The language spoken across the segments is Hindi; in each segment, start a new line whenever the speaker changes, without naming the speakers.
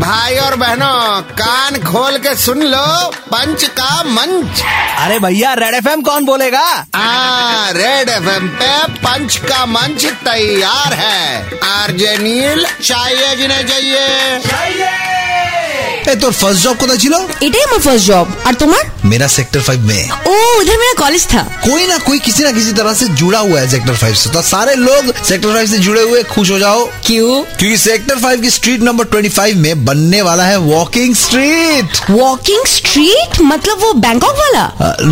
भाई और बहनों कान खोल के सुन लो पंच का मंच
अरे भैया रेड एफ कौन बोलेगा
आ, रेड एफ पे पंच का मंच तैयार है आरजे नील चाहिए जिन्हें चाहिए
এ তোর ফার্স্ট জব কোথায় ছিল
এটাই আমার ফার্স্ট জব আর তোমার
मेरा सेक्टर फाइव में है।
ओ उधर मेरा कॉलेज था
कोई ना कोई किसी ना किसी तरह से जुड़ा हुआ है सेक्टर फाइव से तो सारे लोग सेक्टर फाइव से जुड़े हुए खुश हो जाओ
क्यों
क्योंकि सेक्टर फाइव की स्ट्रीट नंबर ट्वेंटी फाइव में बनने वाला है वॉकिंग स्ट्रीट
वॉकिंग स्ट्रीट मतलब वो बैंकॉक वाला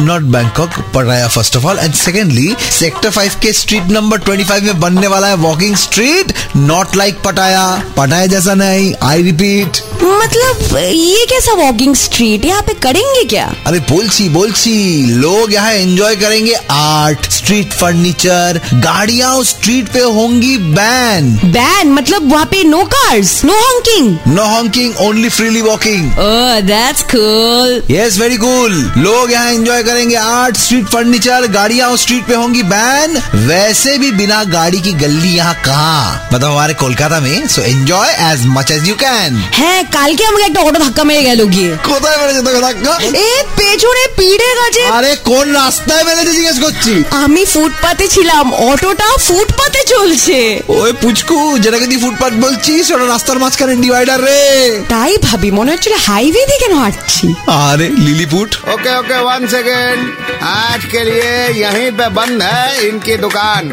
not Bangkok Pattaya first of all and secondly sector five के स्ट्रीट नंबर ट्वेंटी फाइव में बनने वाला है walking street not like Pattaya Pattaya जैसा नहीं आई रिपीट
मतलब ये कैसा वॉकिंग स्ट्रीट यहाँ पे करेंगे क्या
अरे बोलसी बोलसी लोग यहाँ एंजॉय करेंगे आर्ट स्ट्रीट फर्नीचर गाड़ियाँ स्ट्रीट पे होंगी बैन
बैन मतलब वहाँ पे no cars no hawking
no hawking only freely walking
oh that's cool
yes very cool लोग यहाँ एंजॉय करेंगे आर्ट स्ट्रीट फर्नीचर गाड़ियाँ और स्ट्रीट पे होंगी बैन वैसे भी बिना गाड़ी की गली यहाँ कहाँ मतलब हमारे कोलकाता में so enjoy as much as you can
হ্যাঁ কালকে আমাকে একটা অটো ধাক্কা মেরে গেল গিয়ে
কোথায় মেরেছে তোকে ধাক্কা
এ পেছনে পিড়ে গেছে
আরে কোন রাস্তায় মেরেছে জিজ্ঞেস করছি
আমি ফুটপাতে ছিলাম অটোটা ফুটপাতে চলছে
ওই পুচকু যেটাকে তুই ফুটপাথ বলছিস ওটা রাস্তার মাঝখানে ডিভাইডার রে
তাই ভাবি মনে হচ্ছে হাইওয়ে দিয়ে কেন হাঁটছি
আরে Lilliput
okay okay one second आज के लिए यहीं पे बंद है इनकी दुकान